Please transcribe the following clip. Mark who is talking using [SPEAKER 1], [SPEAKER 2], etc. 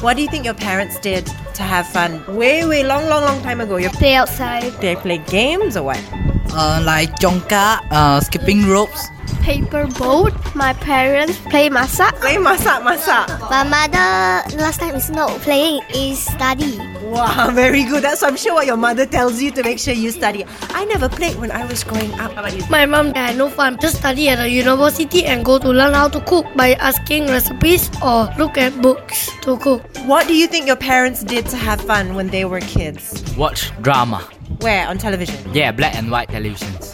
[SPEAKER 1] What do you think your parents did to have fun way, way long, long, long time ago? Your,
[SPEAKER 2] Play outside,
[SPEAKER 1] they play games or what?
[SPEAKER 3] Uh, like jonka, uh, skipping ropes.
[SPEAKER 2] paper boat. My parents play masak.
[SPEAKER 1] Play masak masak.
[SPEAKER 4] My mother last time is not playing, is study.
[SPEAKER 1] Wow, very good. That's I'm sure what your mother tells you to make sure you study. I never played when I was growing up. How about you?
[SPEAKER 5] My mom had no fun. Just study at a university and go to learn how to cook by asking recipes or look at books to cook.
[SPEAKER 1] What do you think your parents did to have fun when they were kids?
[SPEAKER 3] Watch drama.
[SPEAKER 1] Where on television?
[SPEAKER 3] Yeah, black and white televisions.